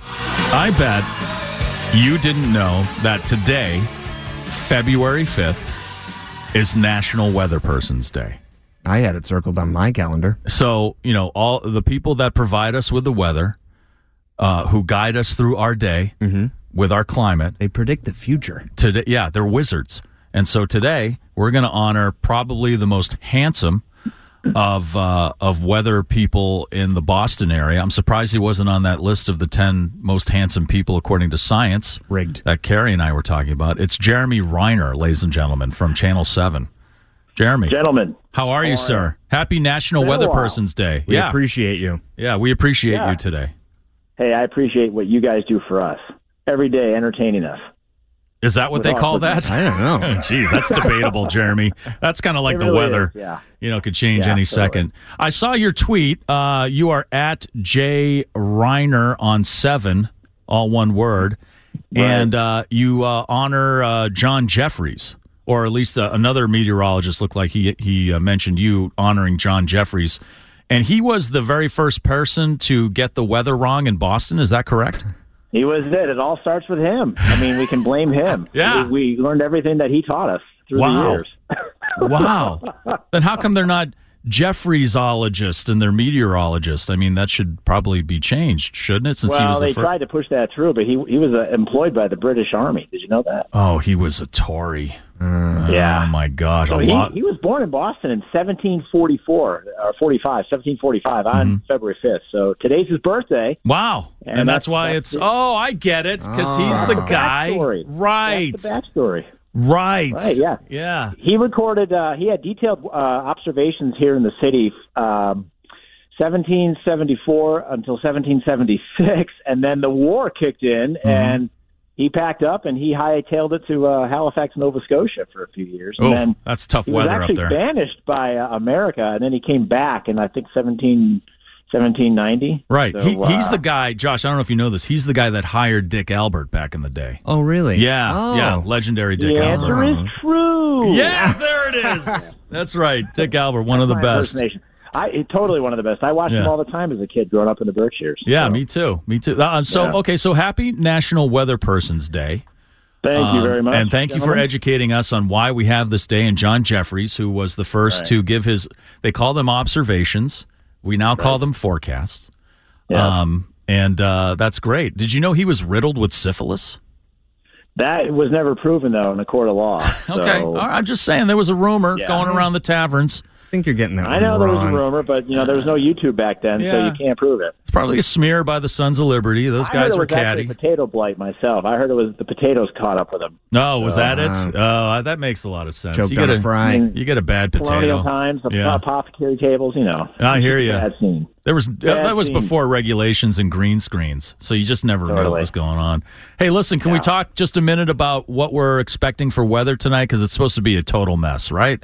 I bet you didn't know that today, February 5th, is National Weather Person's Day. I had it circled on my calendar. So, you know, all the people that provide us with the weather, uh, who guide us through our day with our climate, They predict the future. today yeah they're wizards and so today we're going to honor probably the most handsome of uh, of weather people in the Boston area. I'm surprised he wasn't on that list of the 10 most handsome people according to science Rigged. that Carrie and I were talking about. It's Jeremy Reiner, ladies and gentlemen, from Channel 7. Jeremy, Gentlemen, how are you, sir? Happy National Been a Weather while. Person's Day. We yeah. appreciate you. yeah, we appreciate Yeah. you today. hey, I appreciate what you guys do for us every day, entertaining us. Is that what With they call awkwardness. that? I don't know. Jeez, that's debatable, Jeremy. That's kind of like It the really weather. is, yeah. you know, could change Yeah, any totally. second. I saw your tweet. Uh, you are at J Reiner on seven, all one word, and uh, you uh, honor uh, John Jeffries, or at least uh, another meteorologist looked like he he uh, mentioned you honoring John Jeffries, and he was the very first person to get the weather wrong in Boston. Is that correct? He was it. It all starts with him. I mean, we can blame him. Yeah. We, we learned everything that he taught us through the Wow. years. Wow. then how come they're not Jeffreysologists and they're meteorologists? I mean, that should probably be changed, shouldn't it? Since he was Well, the they fir- tried to push that through, but he he was uh, employed by the British Army. Did you know that? Oh, he was a Tory. Oh my gosh, a Mm. So he, lot. he was born in Boston in 1744 or 45, 1745 on Mm-hmm. February 5th. So today's his birthday. Wow, and, And that's, that's- why that's it's. the- Oh, I get it, because he's the Ah. guy, Backstory. right? That's the backstory. Right. Right, yeah. Yeah. He recorded. Uh, he had detailed uh, observations here in the city, um, 1774 until 1776, and then the war kicked in, Mm-hmm. and he packed up and he hightailed it to uh, Halifax, Nova Scotia, for a few years, and Oh, then that's tough he was weather up actually there. banished by uh, America, and then he came back in I think 17, 1790. Right. So, he, he's uh, the guy, Josh. I don't know if you know this. He's the guy that hired Dick Albert back in the day. Oh, really? Yeah. Oh. Yeah. Legendary The Dick Uh-huh. Albert. answer is true. Yes, there it is. That's right. Dick Albert, one of the My best. impersonation. I it- totally one of the best. I watched Yeah. him all the time as a kid growing up in the Berkshires. Yeah, So, me too. Me too. Uh, so, Yeah. okay, so happy National Weather Person's Day. Thank you Um, very much, And thank you for gentlemen. educating us on why we have this day. And John Jeffries, who was the first to give his, they call them observations. We now call them forecasts. Yeah. Um, and uh, that's great. Did you know he was riddled with syphilis? That was never proven though in a court of law. Okay. So, All right, I'm just saying there was a rumor Yeah. going around the taverns. I think you're getting that I know one there was wrong. a rumor, but you know there was no YouTube back then, so Yeah. you can't prove it. It's probably a smear by the Sons of Liberty. Those I heard guys it were was actually catty. Potato blight myself. I heard it was the potatoes caught up with them. No, was that it? Uh, Oh, that makes a lot of sense. Choked you on get a fry. Mm. You get a bad Colonial potato. times, the Yeah. Uh, apothecary tables. You know. I hear you. Bad scene. There was that was scene. before regulations and green screens, so you just never know what Totally. was going on. Hey, listen, can we talk just a minute about what we're expecting for weather tonight? Because it's supposed to be a total mess, right?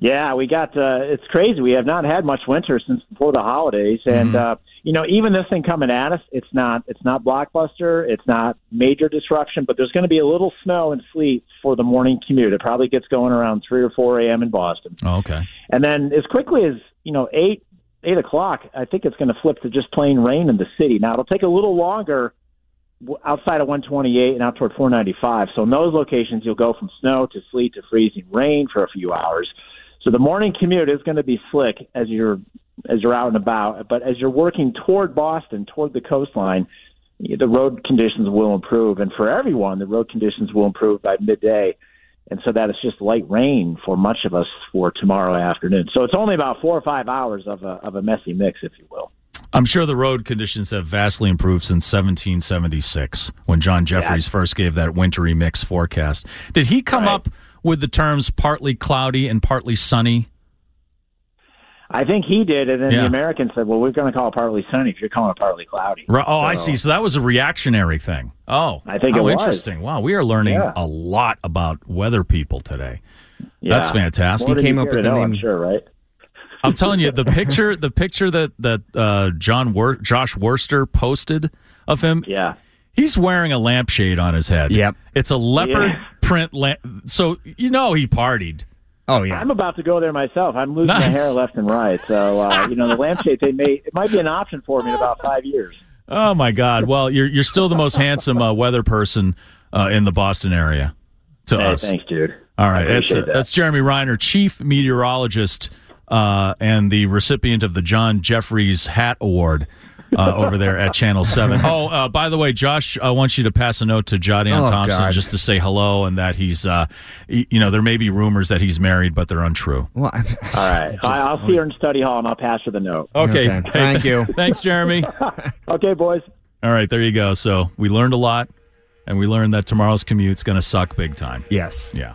Yeah, we got. Uh, it's crazy. We have not had much winter since before the holidays, and uh, you know, even this thing coming at us, it's not. It's not blockbuster. It's not major disruption, but there's going to be a little snow and sleet for the morning commute. It probably gets going around three or four a.m. in Boston, Oh, okay. and then as quickly as you know eight eight o'clock, I think it's going to flip to just plain rain in the city. Now it'll take a little longer w- outside of 128 and out toward 495. So in those locations, you'll go from snow to sleet to freezing rain for a few hours. So the morning commute is going to be slick as you're as you're out and about, but as you're working toward Boston, toward the coastline, the road conditions will improve, and for everyone, the road conditions will improve by midday. And so that is just light rain for much of us for tomorrow afternoon. So it's only about four or five hours of a, of a messy mix, if you will. I'm sure the road conditions have vastly improved since 1776 when John Jeffries first gave that wintry mix forecast. Did he come Right. up with the terms partly cloudy and partly sunny? I think he did, and then Yeah. the Americans said, "Well, we're going to call it partly sunny. If you're calling it partly cloudy." Ri- Oh, I So- see. So that was a reactionary thing. Oh, I think how it was. interesting. Wow, we are learning Yeah. a lot about weather people today. Yeah. That's fantastic. More than He came you up care with to the know, I'm name- sure, right? I'm telling you, the picture, the picture that that uh, John Wor- Josh Worster posted of him, Yeah. he's wearing a lampshade on his head. Yep. it's a leopard Yeah. print lamp. So you know he partied. Oh yeah. I'm about to go there myself. I'm losing Nice. my hair left and right. So, uh, you know, the lampshade thing may it might be an option for me in about five years. Oh my God! Well, you're you're still the most handsome uh, weather person uh, in the Boston area to Hey, us. thanks, dude. All right, I that's appreciate that. that's Jeremy Reiner, chief meteorologist uh, and the recipient of the John Jeffries Hat Award uh, over there at Channel Seven. Oh, uh, by the way, Josh, I want you to pass a note to Jodian Oh, Thompson God. just to say hello and that he's, uh, y- you know, there may be rumors that he's married, but they're untrue. well, I'm, All right. I, I'll see her in study hall, and I'll pass her the note. Okay, Okay, thank you. thanks, Jeremy. Okay, boys. All right, there you go. So we learned a lot, and we learned that tomorrow's commute's going to suck big time. yes. Yeah.